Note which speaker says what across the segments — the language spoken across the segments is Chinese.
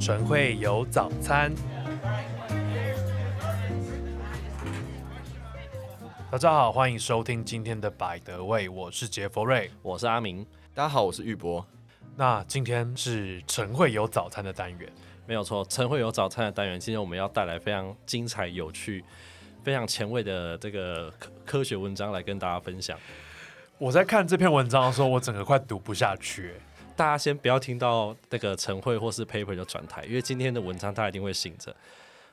Speaker 1: 晨会有早餐。大家好，欢迎收听今天的百德味，我是杰佛瑞。
Speaker 2: 我是阿明，
Speaker 3: 大家好，我是玉博。
Speaker 1: 那今天是晨会有早餐的单元，
Speaker 2: 没有错。晨会有早餐的单元，今天我们要带来非常精彩、有趣、非常前卫的这个科科学文章来跟大家分享。
Speaker 1: 我在看这篇文章的时候，我整个快读不下去、欸
Speaker 2: 大家先不要听到那个晨会或是 paper 就转台，因为今天的文章大家一定会醒着。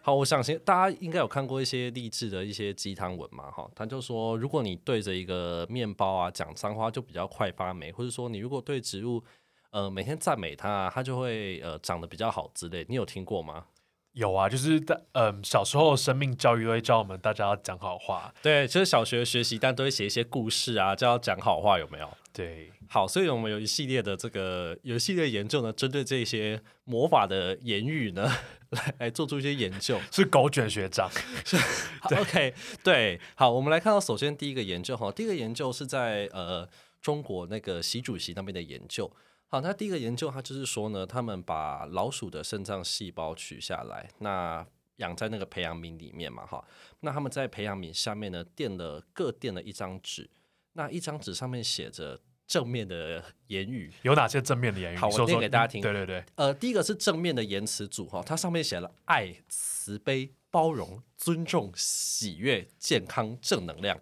Speaker 2: 好，我想先大家应该有看过一些励志的一些鸡汤文嘛，哈，他就说，如果你对着一个面包啊讲脏话，就比较快发霉，或者说你如果对植物，呃，每天赞美它，它就会呃长得比较好之类。你有听过吗？
Speaker 1: 有啊，就是在嗯小时候生命教育都会教我们大家要讲好话，
Speaker 2: 对，就是小学学习，但都会写一些故事啊，就要讲好话，有没有？
Speaker 1: 对，
Speaker 2: 好，所以我们有一系列的这个有一系列研究呢，针对这些魔法的言语呢， 来来做出一些研究。
Speaker 1: 是狗卷学长。
Speaker 2: 好 OK，对，好，我们来看到首先第一个研究哈，第一个研究是在呃中国那个习主席那边的研究。好，那第一个研究它就是说呢，他们把老鼠的肾脏细胞取下来，那养在那个培养皿里面嘛，哈，那他们在培养皿下面呢垫了各垫了一张纸，那一张纸上面写着正面的言语，
Speaker 1: 有哪些正面的言语？
Speaker 2: 好
Speaker 1: 你说
Speaker 2: 我念
Speaker 1: 说
Speaker 2: 给大家听
Speaker 1: 对对对，
Speaker 2: 呃，第一个是正面的言辞组哈，它上面写了爱、慈悲、包容、尊重、喜悦、健康、正能量，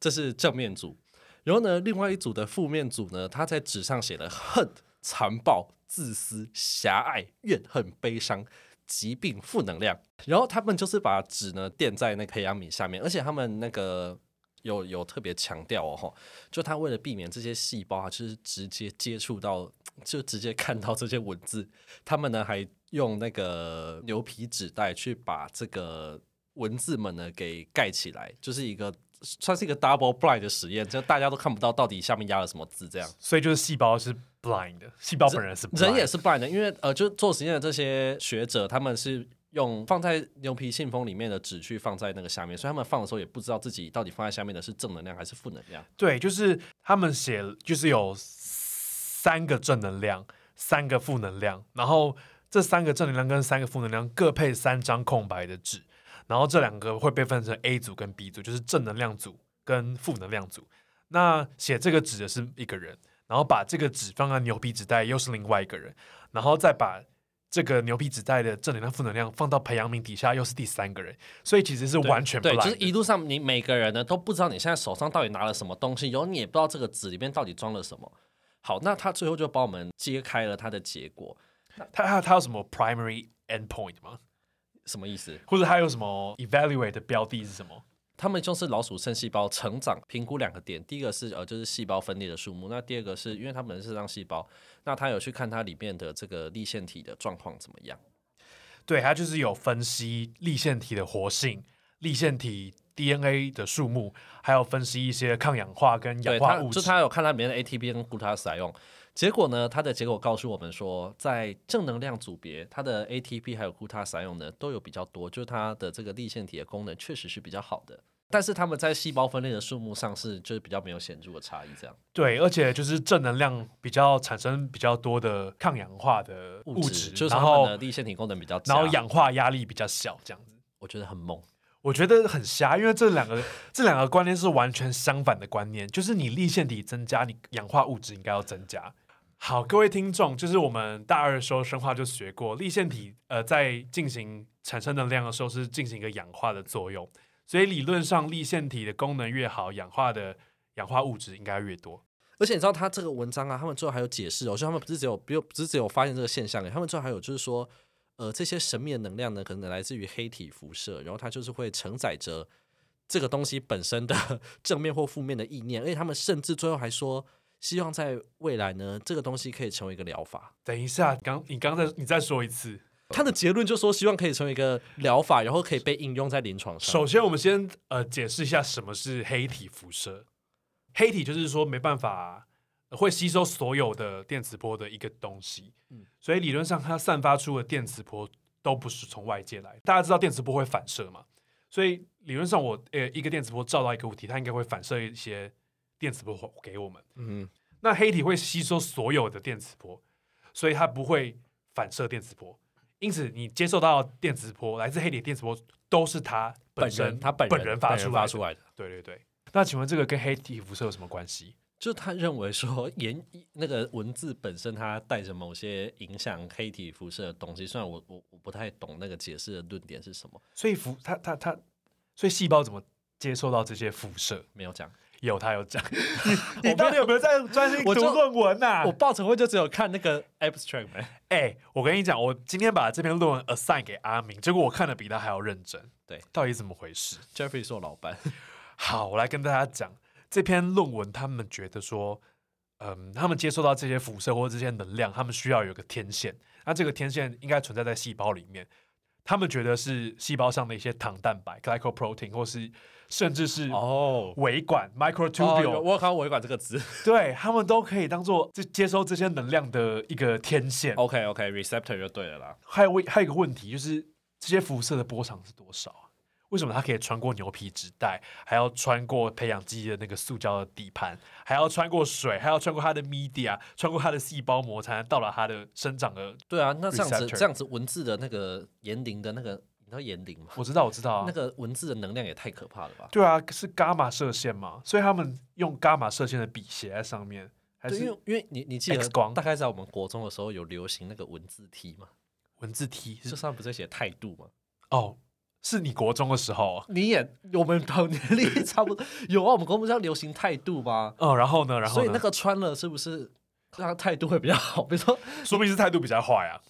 Speaker 2: 这是正面组。然后呢，另外一组的负面组呢，它在纸上写了恨、残暴、自私、狭隘、怨恨、悲伤。疾病、负能量，然后他们就是把纸呢垫在那个培养皿下面，而且他们那个有有特别强调哦，吼就他为了避免这些细胞啊，就是直接接触到，就直接看到这些文字，他们呢还用那个牛皮纸袋去把这个文字们呢给盖起来，就是一个算是一个 double blind 的实验，就大家都看不到到底下面压了什么字这样。
Speaker 1: 所以就是细胞是 blind 的，细胞本人是 blind
Speaker 2: 人也是 blind 的，因为呃，就是做实验的这些学者，他们是用放在牛皮信封里面的纸去放在那个下面，所以他们放的时候也不知道自己到底放在下面的是正能量还是负能量。
Speaker 1: 对，就是他们写就是有三个正能量，三个负能量，然后这三个正能量跟三个负能量各配三张空白的纸，然后这两个会被分成 A 组跟 B 组，就是正能量组跟负能量组。那写这个纸的是一个人，然后把这个纸放在牛皮纸袋又是另外一个人，然后再把。这个牛皮纸袋的正能量、负能量放到培养皿底下，又是第三个人，所以其实是完全不
Speaker 2: 对，
Speaker 1: 来
Speaker 2: 就是一路上你每个人呢都不知道你现在手上到底拿了什么东西，然后你也不知道这个纸里面到底装了什么。好，那他最后就帮我们揭开了他的结果，
Speaker 1: 他他他有什么 primary endpoint 吗？
Speaker 2: 什么意思？
Speaker 1: 或者它有什么 evaluate 的标的是什么？
Speaker 2: 他们就是老鼠肾细胞成长评估两个点，第一个是呃就是细胞分裂的数目，那第二个是因为它本身是让细胞，那他有去看它里面的这个立腺体的状况怎么样。
Speaker 1: 对，它就是有分析立腺体的活性、立腺体 DNA 的数目，还有分析一些抗氧化跟氧
Speaker 2: 对
Speaker 1: 化
Speaker 2: 他
Speaker 1: 物
Speaker 2: 就
Speaker 1: 质。
Speaker 2: 他有看它里面的 ATP 跟 glucose 用，结果呢，它的结果告诉我们说，在正能量组别，它的 ATP 还有 glucose 用呢都有比较多，就是它的这个立腺体的功能确实是比较好的，但是它们在细胞分裂的数目上是就是比较没有显著的差异，这样。
Speaker 1: 对，而且就是正能量比较产生比较多的抗氧化的物质，
Speaker 2: 就是
Speaker 1: 然
Speaker 2: 它们的
Speaker 1: 后
Speaker 2: 立腺体功能比较
Speaker 1: 然后
Speaker 2: 佳
Speaker 1: 氧化压力比较小，这样子。
Speaker 2: 我觉得很猛。
Speaker 1: 我觉得很瞎，因为这两个 这两个观念是完全相反的观念，就是你立腺体增加，你氧化物质应该要增加。好，各位听众，就是我们大二的时候生化就学过，立腺体呃在进行产生能量的时候是进行一个氧化的作用，所以理论上立腺体的功能越好，氧化的氧化物质应该越多。
Speaker 2: 而且你知道他这个文章啊，他们最后还有解释哦，就他们不是只有不有不是只有发现这个现象而已，他们最后还有就是说，呃，这些神秘的能量呢，可能来自于黑体辐射，然后它就是会承载着这个东西本身的正面或负面的意念，而且他们甚至最后还说，希望在未来呢，这个东西可以成为一个疗法。
Speaker 1: 等一下，你刚你刚才你再说一次。
Speaker 2: 他的结论就说，希望可以成为一个疗法，然后可以被应用在临床上。
Speaker 1: 首先，我们先呃解释一下什么是黑体辐射。黑体就是说没办法、呃会吸收所有的电磁波的一个东西，所以理论上它散发出的电磁波都不是从外界来。大家知道电磁波会反射嘛，所以理论上我呃一个电磁波照到一个物体，它应该会反射一些电磁波给我们。
Speaker 2: 嗯，
Speaker 1: 那黑体会吸收所有的电磁波，所以它不会反射电磁波，因此，你接受到电磁波，来自黑体的电磁波都是它
Speaker 2: 本
Speaker 1: 身
Speaker 2: 人他本
Speaker 1: 本人发出来
Speaker 2: 发
Speaker 1: 的
Speaker 2: 出来的，
Speaker 1: 对对对。那请问这个跟黑体辐射有什么关系？
Speaker 2: 就他认为说言 那个文字本身它带着某些影响黑体辐射的东西，虽然我我我不太懂那个解释的论点是什么，
Speaker 1: 所以辐它它它，所以细胞怎么接受到这些辐射？
Speaker 2: 没有讲。
Speaker 1: 有他有 讲，你你到底有没有在专心读
Speaker 2: 我就
Speaker 1: 论文呐、
Speaker 2: 我报晨会就只有看那个 abstract 呗，
Speaker 1: 哎、我跟你讲，我今天把这篇论文 assign 给阿明，结果我看的比他还要认真。
Speaker 2: 对，
Speaker 1: 到底怎么回事？
Speaker 2: ，Jeffrey 是我老 板，
Speaker 1: 好，我来跟大家讲这篇论文，他们觉得说，嗯，他们接受到这些辐射或者这些能量，他们需要有一个天线，那这个天线应该存在在细胞里面。他们觉得是细胞上的一些糖蛋白 （glycoprotein） 或是甚至是
Speaker 2: 哦。
Speaker 1: 维管
Speaker 2: 哦
Speaker 1: （microtubule），、
Speaker 2: 有我有看到“维管”这个 词。
Speaker 1: 对他们都可以当做这接收这些能量的一个天线。
Speaker 2: OK OK，receptor、就对了啦。
Speaker 1: 还有问还有一个问题就是，这些辐射的波长是多少啊？为什么它可以穿过牛皮纸袋，还要穿过培养基的那个塑胶的底盘，还要穿过水，还要穿过它的 media，穿过它的细胞膜，才能到达它的生长的？
Speaker 2: 对啊，那这样子
Speaker 1: Receptor
Speaker 2: 这样子文字的那个言灵的那个，你知道言灵吗？
Speaker 1: 我知道，我知道啊。
Speaker 2: 那个文字的能量也太可怕了吧？
Speaker 1: 对啊，是伽马射线嘛，所以他们用伽马射线的笔写在上面，还
Speaker 2: 对，因
Speaker 1: 是
Speaker 2: 为因为你你记
Speaker 1: X
Speaker 2: 得
Speaker 1: 光
Speaker 2: 大概在我们国中的时候有流行那个文字题嘛，
Speaker 1: 文字 T？
Speaker 2: 就是是他们不是写态度嘛？
Speaker 1: 哦，是你国中的时候啊，
Speaker 2: 你也我们同年龄差不多有啊，我们国中不是要流行态度吗？
Speaker 1: 哦，然后呢，然后
Speaker 2: 所以
Speaker 1: 呢，
Speaker 2: 那个穿了是不是让他态度会比较好？比如说
Speaker 1: 说不定是态度比较坏啊。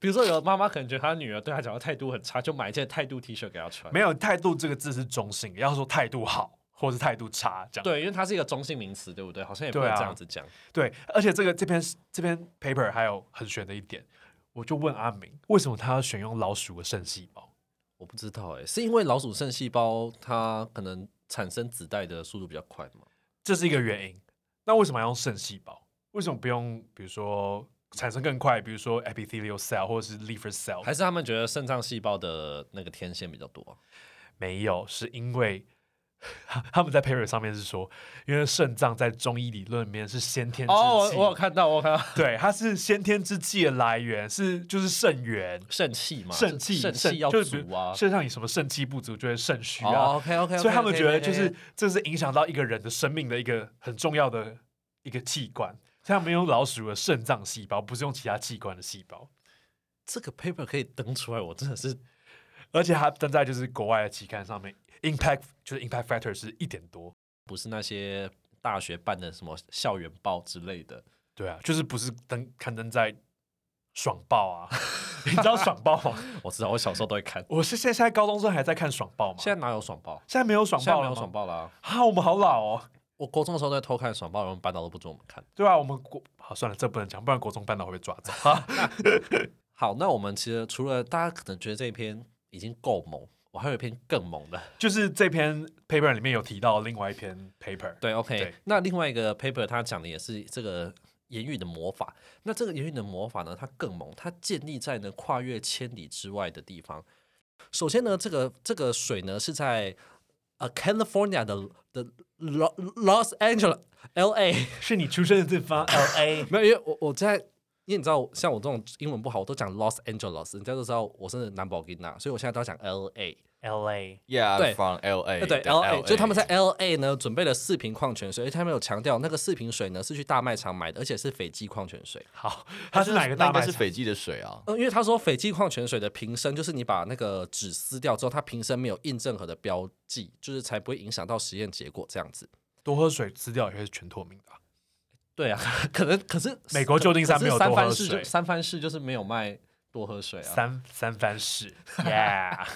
Speaker 2: 比如说有妈妈可能觉得她女儿对她讲话态度很差，就买一件态度 T 恤给她穿。
Speaker 1: 没有态度这个字是中性，要说态度好或是态度差这样。
Speaker 2: 对，因为它是一个中性名词，对不对？好像也不
Speaker 1: 对
Speaker 2: 能
Speaker 1: 啊
Speaker 2: 这样子讲。
Speaker 1: 对而且这个这篇这篇 paper 还有很悬的一点，我就问阿明，为什么他要选用老鼠的肾细胞？
Speaker 2: 我不知道哎、是因为老鼠肾细胞它可能产生子代的速度比较快嘛？
Speaker 1: 这是一个原因。那为什么要用肾细胞？为什么不用比如说产生更快，比如说 epithelial cell 或者是 liver cell？
Speaker 2: 还是他们觉得肾脏细胞的那个天线比较多啊、
Speaker 1: 没有，是因为 他们在 paper 上面是说，因为肾脏在中医理论里面是先天之气。
Speaker 2: 哦，我我有看到，我有看到
Speaker 1: 对，它是先天之气的来源，是就是肾源，
Speaker 2: 肾气嘛，
Speaker 1: 肾气
Speaker 2: 肾气要
Speaker 1: 就是比
Speaker 2: 足啊。
Speaker 1: 肾上你什么肾气不足就会肾虚
Speaker 2: 哦
Speaker 1: 啊，
Speaker 2: ，OK OK，
Speaker 1: 所以他们觉得就是这是影响到一个人的生命的一个很重要的一个器官。所以他们用老鼠的肾脏细胞，不是用其他器官的细胞，
Speaker 2: 这个 paper 可以登出来，我真的是
Speaker 1: 而且它登在就是国外的期刊上面，impact 就是 impact factor 是一点多，
Speaker 2: 不是那些大学办的什么校园报之类的，
Speaker 1: 对啊，就是不是登刊登在爽报啊， 你知道爽报 吗？
Speaker 2: 我知道，我小时候都会看。
Speaker 1: 我是现在现在高中生还在看爽报吗？
Speaker 2: 现在哪有爽报？
Speaker 1: 现在没有爽
Speaker 2: 现在
Speaker 1: 报
Speaker 2: 没
Speaker 1: 了
Speaker 2: 有
Speaker 1: 吗？
Speaker 2: 爽报啦、
Speaker 1: 啊，我们好老哦。
Speaker 2: 我国中的时候在偷看爽报，然后班导都不准我们看。
Speaker 1: 对啊，我们国好算了，这不能讲，不然国中班导会被抓走。
Speaker 2: 好，那我们其实除了大家可能觉得这一篇已经够猛，我还有一篇更猛的。
Speaker 1: 就是这篇 paper 里面有提到另外一篇 paper，
Speaker 2: 对，OK
Speaker 1: 对
Speaker 2: 那另外一个 paper 它讲的也是这个言语的魔法。那这个言语的魔法呢，它更猛，它建立在呢跨越千里之外的地方。首先呢，这个这个水呢是在呃 California 的的 Lo- Los Angeles L A。
Speaker 1: 是你出生的地方 L A。
Speaker 2: 没有，因为我我在，因为你知道，像我这种英文不好，我都讲 Los Angeles，人家都知道我是南宝金娜，所以我现在都要讲 L A。
Speaker 1: L A，
Speaker 3: Yeah,
Speaker 2: 对呃
Speaker 3: I'm from LA.
Speaker 2: 对
Speaker 3: 的
Speaker 2: L A，就他们在 L A 呢准备了四瓶矿泉水，而且他们有强调那个四瓶水呢是去大卖场买的，而且是斐济矿泉水。
Speaker 1: 好，它是哪个大
Speaker 3: 那
Speaker 1: 麦
Speaker 3: 应该
Speaker 1: 场
Speaker 3: 是？斐济的水啊。
Speaker 2: 嗯，因为他说斐济矿泉水的瓶身就是你把那个纸撕掉之后，它瓶身没有印任何的标记，就是才不会影响到实验结果这样子。
Speaker 1: 多喝水，吃掉也会是全脱敏的啊。
Speaker 2: 对啊， 可能可是
Speaker 1: 美国旧金山
Speaker 2: 可
Speaker 1: 没有
Speaker 2: 是三
Speaker 1: 多喝
Speaker 2: 藩市就
Speaker 1: 水
Speaker 2: 三藩市就是没有卖多喝水啊。
Speaker 1: 三三藩市，Yeah。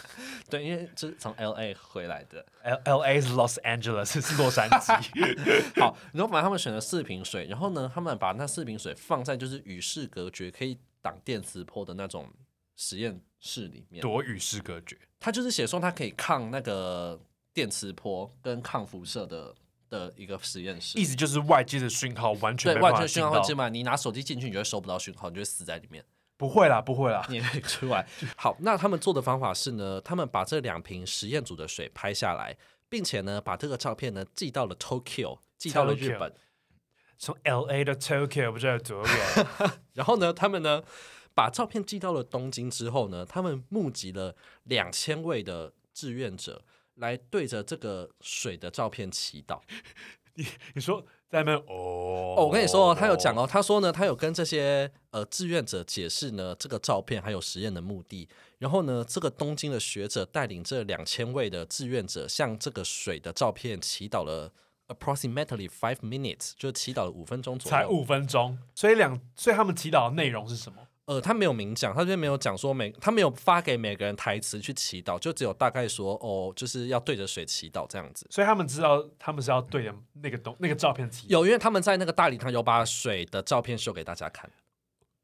Speaker 2: 对，因为这是从 L A 回来的。
Speaker 1: L L A 是 Los Angeles，是洛杉矶。
Speaker 2: 好，然后反正他们选了四瓶水，然后呢，他们把那四瓶水放在就是与世隔绝、可以挡电磁波的那种实验室里面。
Speaker 1: 多与世隔绝，
Speaker 2: 他就是写说它可以抗那个电磁波跟抗辐射的的一个实验室
Speaker 1: 意。思就是外界的讯号完全
Speaker 2: 对，
Speaker 1: 没
Speaker 2: 外
Speaker 1: 办法
Speaker 2: 界
Speaker 1: 进
Speaker 2: 讯号会
Speaker 1: 到。
Speaker 2: 进来，你拿手机进去，你就会收不到讯号，你就会死在里面。
Speaker 1: 不会啦，不会啦。
Speaker 2: 你也可以出 来。好，那他们做的方法是呢，他们把这两瓶实验组的水拍下来，并且呢，把这个照片呢寄到了 Tokyo，寄到了日
Speaker 1: Tokyo
Speaker 2: 本。
Speaker 1: 从 L A 到 Tokyo 不知道有多远。
Speaker 2: 然后呢，他们呢把照片寄到了东京之后呢，他们募集了两千位的志愿者来对着这个水的照片祈祷。
Speaker 1: 你说在那边哦，
Speaker 2: 哦，我跟你说、哦，他有讲哦，他说呢，他有跟这些呃志愿者解释呢这个照片还有实验的目的，然后呢，这个东京的学者带领这两千位的志愿者向这个水的照片祈祷了 approximately five minutes，就祈祷了五分钟左
Speaker 1: 才
Speaker 2: 右。
Speaker 1: 五分钟，所以两，所以他们祈祷的内容是什么？
Speaker 2: 呃，他没有明讲，他就没有讲说每他没有发给每个人台词去祈祷，就只有大概说哦，就是要对着水祈祷这样子。
Speaker 1: 所以他们知道他们是要对着那个东那个照片祈祷。
Speaker 2: 有，因为他们在那个大礼堂有把水的照片秀给大家看，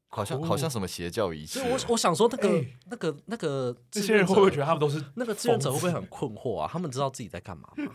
Speaker 3: 好像好像什么邪教仪式
Speaker 2: 哦所以，我我想说那个、
Speaker 1: 哎
Speaker 2: 那个那个
Speaker 1: 这
Speaker 2: 志
Speaker 1: 些人
Speaker 2: 愿
Speaker 1: 会
Speaker 2: 者
Speaker 1: 不会觉得他们都是
Speaker 2: 那个志愿者会不会很困惑啊？他们知道自己在干嘛吗？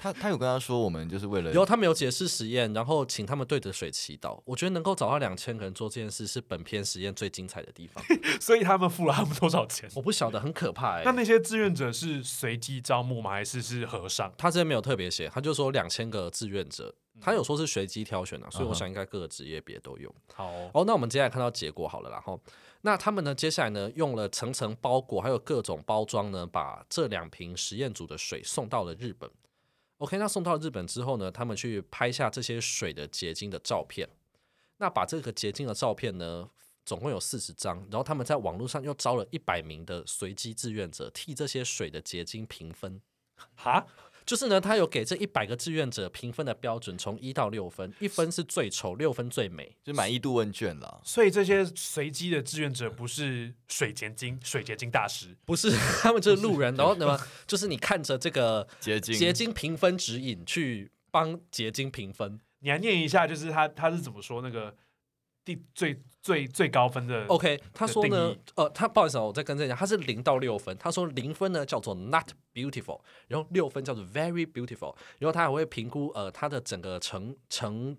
Speaker 3: 他他有跟他说，我们就是为了
Speaker 2: 然后他们有解释实验，然后请他们对着水祈祷。我觉得能够找到两千个人做这件事，是本篇实验最精彩的地方。
Speaker 1: 所以他们付了他们多少钱？
Speaker 2: 我不晓得，很可怕哎、
Speaker 1: 那那些志愿者是随机招募吗？还是是和尚？
Speaker 2: 他这边没有特别写，他就说两千个志愿者，他有说是随机挑选啊，所以我想应该各个职业别都有。
Speaker 1: 好哦、
Speaker 2: 哦，那我们接下来看到结果好了啦，然后那他们呢，接下来呢，用了层层包裹，还有各种包装呢，把这两瓶实验组的水送到了日本。OK，那送到日本之后呢，他们去拍下这些水的结晶的照片，那把这个结晶的照片呢，总共有四十张，然后他们在网络上又招了一百名的随机志愿者，替这些水的结晶评分。
Speaker 1: 哈，
Speaker 2: 就是呢，他有给这一百个志愿者评分的标准，从一到六分，一分是最丑，六分最美。
Speaker 3: 就满意度问卷啦。
Speaker 1: 所以这些随机的志愿者不是水结晶水结晶大师，
Speaker 2: 不是，他们就是路人。然后呢，就是你看着这个
Speaker 3: 结晶
Speaker 2: 结晶评分指引去帮结晶评分。
Speaker 1: 你来念一下，就是他他是怎么说那个第最最最高分的
Speaker 2: OK，他说
Speaker 1: 的
Speaker 2: 呢
Speaker 1: 定义，
Speaker 2: 呃，他不好意思、啊，我再跟这讲，他是零到六分。他说零分呢叫做 not beautiful，然后六分叫做 very beautiful，然后他还会评估呃它的整个成成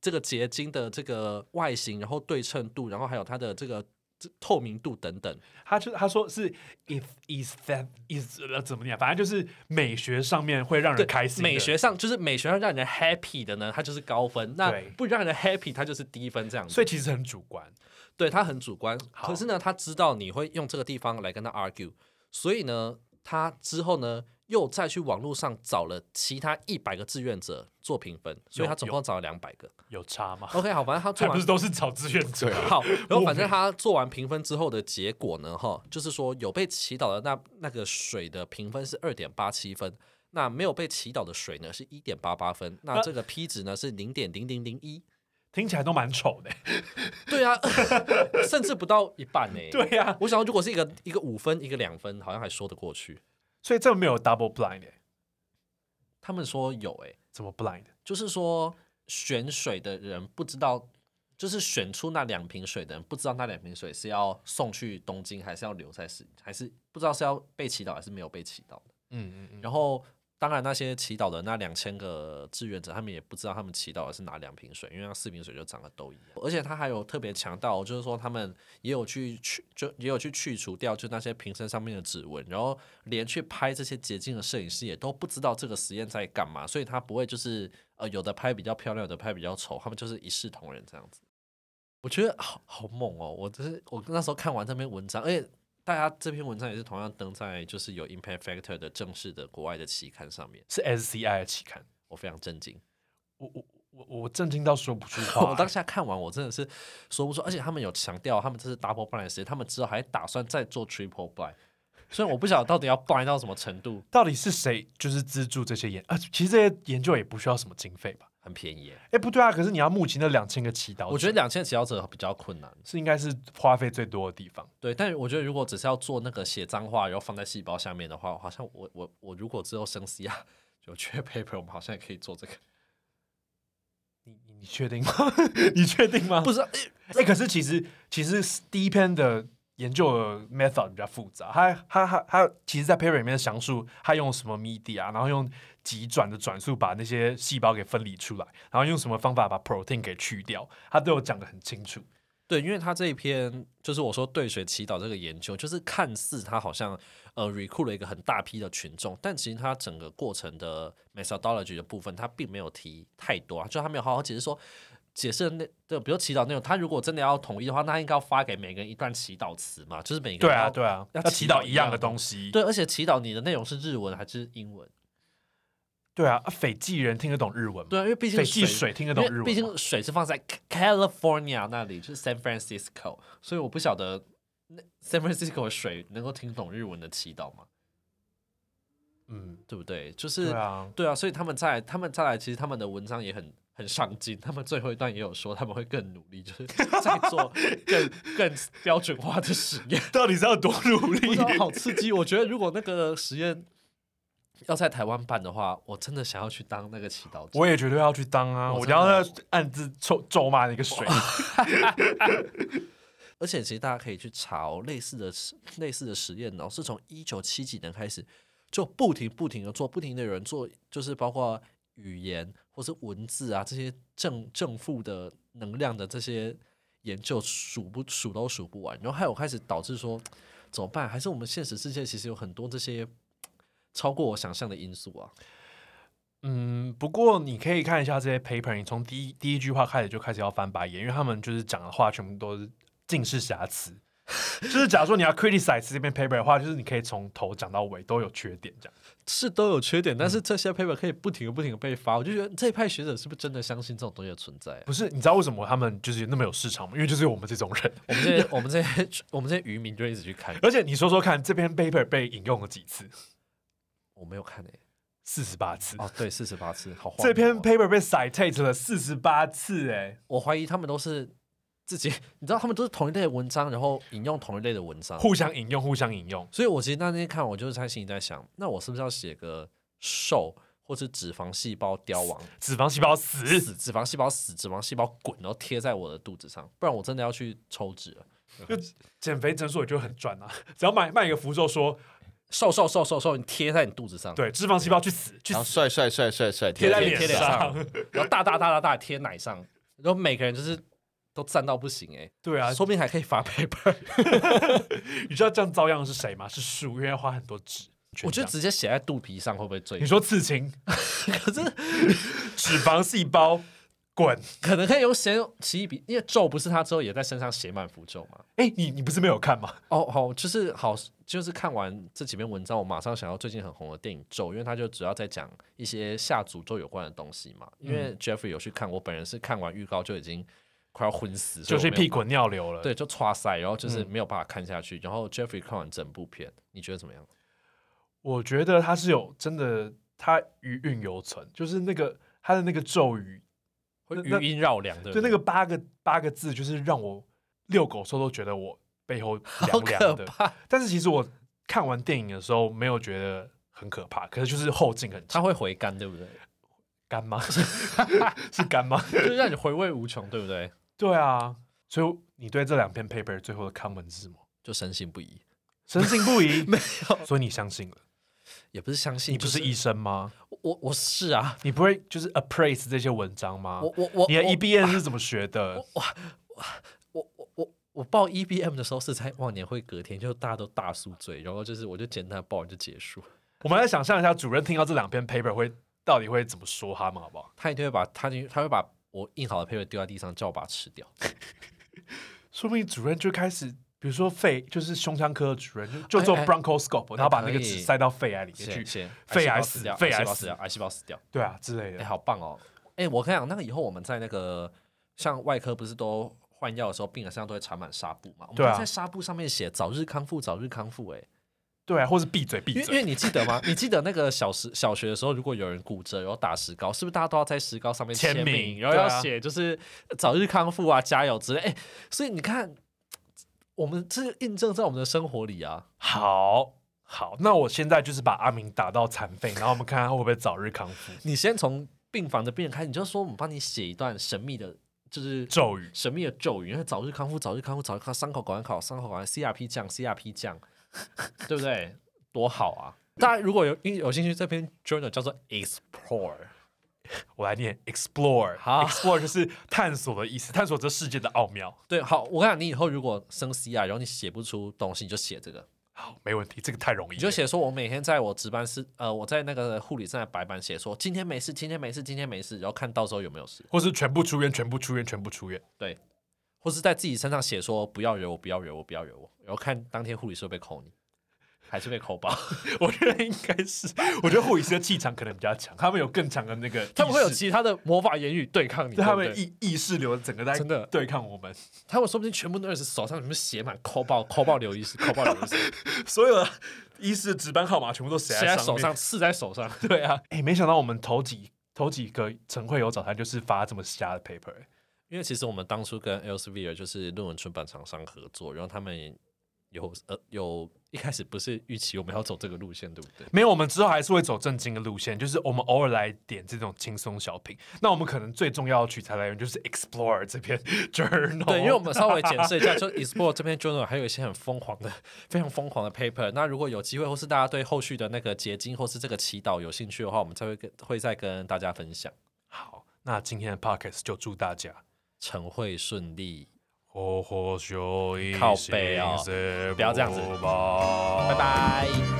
Speaker 2: 这个结晶的这个外形，然后对称度，然后还有它的这个这透明度等等。
Speaker 1: 他就他说是 if is that is 呃怎么念，反正就是美学上面会让人开心的，
Speaker 2: 美学上就是美学上让人 happy 的呢，它就是高分；那
Speaker 1: 对
Speaker 2: 不让人 happy，它就是低分这样子。
Speaker 1: 所以其实很主观。
Speaker 2: 对他很主观，
Speaker 1: 好
Speaker 2: 可是呢，他知道你会用这个地方来跟他 argue，所以呢，他之后呢又再去网络上找了其他一百个志愿者做评分，所以他总共找了两百个。
Speaker 1: 有差吗？
Speaker 2: OK，好，反正他做
Speaker 1: 还不
Speaker 2: 完
Speaker 1: 是都是找志愿者？
Speaker 2: 好，然后反正他做完评分之后的结果呢，哈，就是说有被祈祷的那那个水的评分是二点八七分，那没有被祈祷的水呢是一点八八分，那
Speaker 1: 那
Speaker 2: 这个 P 值呢是零点零零零一，
Speaker 1: 听起来都蛮丑的。
Speaker 2: 对啊， 甚至不到一半呢、
Speaker 1: 对啊呀、
Speaker 2: 我想，如果是一个一个五分，一个两分，好像还说得过去。
Speaker 1: 所以这没有 double blind 欸
Speaker 2: 他们说有诶、
Speaker 1: 怎么 blind？
Speaker 2: 就是说选水的人不知道，就是选出那两瓶水的人不知道那两瓶水是要送去东京，还是要留在市，还是不知道是要被祈祷还是没有被祈祷的。
Speaker 3: 嗯嗯嗯，
Speaker 2: 然后，当然那些祈祷的那两千个志愿者，他们也不知道他们祈祷的是哪两瓶水，因为那四瓶水就长得都一样。而且他还有特别强调，就是说他们也有去去就也有去去除掉就那些瓶身上面的指纹，然后连去拍这些洁净的摄影师也都不知道这个实验在干嘛，所以他不会就是呃有的拍比较漂亮，有的拍比较丑，他们就是一视同仁这样子。我觉得好好猛哦！我就是我那时候看完这篇文章，而且大家这篇文章也是同样登在就是有 Impact Factor 的正式的国外的期刊上面，
Speaker 1: 是 SCI 的期刊。
Speaker 2: 我非常震惊。
Speaker 1: 我我我我震惊到说不出话欸。
Speaker 2: 我当下看完，我真的是说不出，而且他们有强调，他们这是 double blind 的时间，他们之后还打算再做 triple blind。虽然我不晓得到底要 blind 到什么程度，
Speaker 1: 到底是谁就是资助这些研啊？其实这些研究也不需要什么经费吧？
Speaker 2: 很便宜耶。
Speaker 1: 哎，不对啊，可是你要募集那两千个祈祷者，
Speaker 2: 我觉得两千祈祷者比较困难，
Speaker 1: 是应该是花费最多的地方。
Speaker 2: 对。但我觉得如果只是要做那个写脏话，然后放在细胞下面的话，好像我我我如果之后生 C 啊，有缺 paper，我们好像也可以做这个。
Speaker 1: 你你你确定吗？ 你确定吗？
Speaker 2: 不是啊、
Speaker 1: 哎、可是其实其实第一篇的研究的 method 比较复杂，它它它它其实，在 paper 里面详述它用什么 media，然后用急转的转速把那些细胞给分离出来，然后用什么方法把 protein 给去掉，它都有讲的很清楚。
Speaker 2: 对，因为他这一篇就是我说对水祈祷这个研究，就是看似他好像呃 recruit 了一个很大批的群众，但其实他整个过程的 methodology 的部分，他并没有提太多啊，就他没有好好解释说解释的那就比如祈祷内容，他如果真的要统一的话，那应该要发给每个人一段祈祷词嘛，就是每个
Speaker 1: 对
Speaker 2: 人
Speaker 1: 啊，
Speaker 2: 要
Speaker 1: 对啊，
Speaker 2: 要
Speaker 1: 要
Speaker 2: 祈
Speaker 1: 祈
Speaker 2: 祷
Speaker 1: 祷
Speaker 2: 一
Speaker 1: 一
Speaker 2: 样
Speaker 1: 样
Speaker 2: 的
Speaker 1: 的东西。
Speaker 2: 对，而且祈祷你的内容是日文还是英
Speaker 1: 嗯
Speaker 2: 文？
Speaker 1: 对啊，啊斐济人听得懂日文吗？
Speaker 2: 对啊，因为毕竟
Speaker 1: 斐济水听得
Speaker 2: 因
Speaker 1: 懂
Speaker 2: 为
Speaker 1: 日文吗，
Speaker 2: 毕竟水是放在 Ca- California 那里，就是 San Francisco，所以我不晓得那 San Francisco 的水能够听懂日文的祈祷吗？
Speaker 1: 嗯，
Speaker 2: 对不对？就是
Speaker 1: 对 啊，
Speaker 2: 对啊，所以他们在他们再来，其实他们的文章也很很上进，他们最后一段也有说他们会更努力， 就是在做更更标准化的实验。
Speaker 1: 到底是要多努
Speaker 2: 我
Speaker 1: 力
Speaker 2: 觉得好刺激！我觉得如果那个实验要在台湾办的话，我真的想要去当那个祈祷者。
Speaker 1: 我也绝对要去当啊！
Speaker 2: 我
Speaker 1: 我
Speaker 2: 真的
Speaker 1: 要在暗自咒咒骂那个 水，
Speaker 2: 而且其实大家可以去查、哦、类似的实类似的实验哦，是从一九七几年开始就不停不停的做，不停的有人做，就是包括语言或是文字啊这些正正负的能量的这些研究数不数都数不完，然后还有开始导致说怎么办？还是我们现实世界其实有很多这些超过我想象的因素啊。
Speaker 1: 嗯，不过你可以看一下这些 paper，你从第一第一句话开始就开始要翻白眼，因为他们就是讲的话全部都是尽是瑕 疵。就是假如说你要 criticize 这篇 paper 的话，就是你可以从头讲到尾都有缺点这样。
Speaker 2: 是都有缺点，但是这些 paper 可以不停的不停的被发，我就觉得这一派学者是不是真的相信这种东西的存在啊、
Speaker 1: 不是，你知道为什么他们就是那么有市场吗？因为就是我们这种人。
Speaker 2: 我 们这些我们这些我们这些渔民就一直去看，
Speaker 1: 而且你说说看，这篇 paper 被引用了几次？
Speaker 2: 我没有看诶、
Speaker 1: 四十八次。
Speaker 2: 哦，对，四十八次，好荒谬哦、
Speaker 1: 这篇 paper 被 citate 了四十八次、哎，
Speaker 2: 我怀疑他们都是自己， 你知道他们都是同一类的文章，然后引用同一类的文章，
Speaker 1: 互相引用，互相引用。
Speaker 2: 所以我其实那天看，我就是在心里在想，那我是不是要写个瘦或是脂肪细胞凋亡
Speaker 1: 脂肪细胞死，
Speaker 2: 死，脂肪细胞死，脂肪细胞滚，然后贴在我的肚子上，不然我真的要去抽脂了。
Speaker 1: 减肥诊所也就很赚啊，只要卖卖一个符咒说，
Speaker 2: 瘦瘦瘦瘦瘦，你贴在你肚子上，
Speaker 1: 对，脂肪细胞去死去
Speaker 3: 然后
Speaker 1: 死，
Speaker 3: 帅帅帅帅帅
Speaker 1: 贴在
Speaker 2: 贴
Speaker 1: 脸
Speaker 2: 贴脸
Speaker 1: 上
Speaker 2: 上，然后大大大大大贴奶上，然后每个人就是都赞到不行哎、
Speaker 1: 对啊，
Speaker 2: 说不定还可以发 paper。
Speaker 1: 你知道这样遭殃的是谁吗？是树，因为要花很多纸。
Speaker 2: 我觉
Speaker 1: 全这
Speaker 2: 得
Speaker 1: 样
Speaker 2: 直接写在肚皮上会不会最
Speaker 1: 你？说刺青，
Speaker 2: 可是
Speaker 1: 脂肪细胞滚，
Speaker 2: 可能可以用写奇异笔，因为咒不是他之后也在身上写满符咒嘛？
Speaker 1: 哎、你你不是没有看吗？
Speaker 2: 哦，好，就是好，就是看完这几篇文章，我马上想到最近很红的电影《咒》，因为它就主要在讲一些下诅咒有关的东西嘛。因为 Jeffrey 有去看，我本人是看完预告就已经快要昏死，
Speaker 1: 就
Speaker 2: 所以我
Speaker 1: 是
Speaker 2: 没有
Speaker 1: 屁滚尿流了。，
Speaker 2: 对，就歘塞，然后就是没有办法看下去。然后 Jeffrey 看完整部片，你觉得怎么样？
Speaker 1: 我觉得他是有真的，他余韵犹存，就是那个他的那个咒语，
Speaker 2: 会
Speaker 1: 那
Speaker 2: 余音绕梁的，
Speaker 1: 就那个八个八个字，就是让我遛狗的时候都觉得我背后
Speaker 2: 好
Speaker 1: 凉
Speaker 2: 可
Speaker 1: 凉的。
Speaker 2: 怕，
Speaker 1: 但是其实我看完电影的时候没有觉得很可怕，可是就是后劲很
Speaker 2: 它
Speaker 1: 强。
Speaker 2: 会回甘，对不 对？
Speaker 1: 干吗？ 是干吗？
Speaker 2: 就是让你回味无穷，对不对？
Speaker 1: 对啊，所以你对这两篇 paper 最后的 comment 是什么？
Speaker 2: 就深信不疑，
Speaker 1: 深信不疑， 没有。所以你相信了？
Speaker 2: 也不是相信，
Speaker 1: 你不
Speaker 2: 就是
Speaker 1: 医生吗？
Speaker 2: 我，我是啊，
Speaker 1: 你不会就是 appraise 这些文章吗？
Speaker 2: 我我我
Speaker 1: 啊你的 E
Speaker 2: 我
Speaker 1: EBN 是怎么学的？
Speaker 2: 我我我我报 EBM 的时候是在忘年会隔天，就大家都大宿醉，然后就是我就简单地报完就结束。
Speaker 1: 我们来想象一下，主任听到这两篇 paper 会到底会怎么说他们，好不好？
Speaker 2: 他一定会把他就他会把我印好的 paper 丢在地上，叫我把它吃掉。
Speaker 1: 说不定主任就开始，比如说肺，就是胸腔科的主任就就做
Speaker 2: 哎哎
Speaker 1: bronchoscope，然后把那
Speaker 2: 可
Speaker 1: 个
Speaker 2: 以
Speaker 1: 纸塞到肺癌里面
Speaker 2: 先
Speaker 1: 去，
Speaker 2: 先
Speaker 1: 肺癌
Speaker 2: 死
Speaker 1: 死
Speaker 2: 掉，
Speaker 1: 肺
Speaker 2: 癌
Speaker 1: 癌
Speaker 2: 细胞
Speaker 1: 死
Speaker 2: 掉，癌细胞死掉。
Speaker 1: 对啊之类
Speaker 2: 哎，
Speaker 1: 的。
Speaker 2: 好棒哦！哎，我跟你讲，那个以后我们在那个像外科不是都换药的时候，病人身上都会缠满纱布嘛？我们
Speaker 1: 对啊
Speaker 2: 可以在纱布上面写“早日康复，早日康复”。哎，
Speaker 1: 对啊，或是闭嘴闭
Speaker 2: 因为因
Speaker 1: 嘴。
Speaker 2: 为你记得吗？你记得那个小时小学的时候，如果有人骨折然后打石膏，是不是大家都要在石膏上面
Speaker 1: 签
Speaker 2: 名，
Speaker 1: 名
Speaker 2: 然后要
Speaker 1: 对啊
Speaker 2: 写就是呃早日康复啊，加油之类？哎，所以你看，我们这印证在我们的生活里啊。
Speaker 1: 好好，那我现在就是把阿明打到残废，然后我们看看他会不会早日康复。
Speaker 2: 你先从病房的病人开始，你就说我们帮你写一段神秘的，就是
Speaker 1: 咒语，
Speaker 2: 神秘的咒语，然后早日康复，早日康复，早日康复，伤口赶快好，伤口赶快 CRP 降，CRP 降，对不对？多好啊！大家如果有有兴趣，这篇 journal 叫做 Explore。
Speaker 1: 我来念 explore。
Speaker 2: 好
Speaker 1: explore 就是探索的意思，探索这世界的奥妙。
Speaker 2: 对，好，我跟你讲，你以后如果生 C 啊，然后你写不出东西，你就写这个，
Speaker 1: 好，没问题，这个太容易了。
Speaker 2: 你就写说，我每天在我值班室，呃，我在那个护理站的白板写说，今天没事，今天没事，今天没事，然后看到时候有没有事，
Speaker 1: 或是全部出院，全部出院，全部出院。
Speaker 2: 对，或是在自己身上写说，不要惹我，不要惹我，不要惹我，然后看当天护理师会被扣你，还是被扣 爆，
Speaker 1: 我觉得应该是，我觉得护理师的气场可能比较强，他们有更强的那个意识，
Speaker 2: 他们会有其他的魔法言语对抗你，
Speaker 1: 对他
Speaker 2: 不
Speaker 1: 们的意意识流整个在
Speaker 2: 真的
Speaker 1: 对抗我们，
Speaker 2: 他们说不定全部都是手上全部写满扣爆，扣爆刘医师，扣爆刘医师，
Speaker 1: 所有的医师的值班号码全部都 写
Speaker 2: 写在
Speaker 1: 上
Speaker 2: 手
Speaker 1: 面
Speaker 2: 上，。刺在手上， 对啊，
Speaker 1: 哎、没想到我们头几头几个晨会有早餐就是发这么瞎的 paper，、欸、
Speaker 2: 因为其实我们当初跟 Elsevier 就是论文出版厂商合作，然后他们有呃有一开始不是预期我们要走这个路线，对不对？
Speaker 1: 没有，我们之后还是会走正经的路线，就是我们偶尔来点这种轻松小品。那我们可能最重要的取材来源就是 Explore 这篇 journal，
Speaker 2: 对，因为我们稍微检视一下，就 Explore 这篇 journal 还有一些很疯狂的、非常疯狂的 paper。那如果有机会，或是大家对后续的那个结晶或是这个祈祷有兴趣的话，我们才会跟会再跟大家分享。
Speaker 1: 好，那今天的 podcast 就祝大家。
Speaker 2: 晨会顺利，
Speaker 1: 哦，火修一
Speaker 2: 靠背哦
Speaker 1: 心是
Speaker 2: 不要这样子
Speaker 1: 吧，
Speaker 2: 拜拜。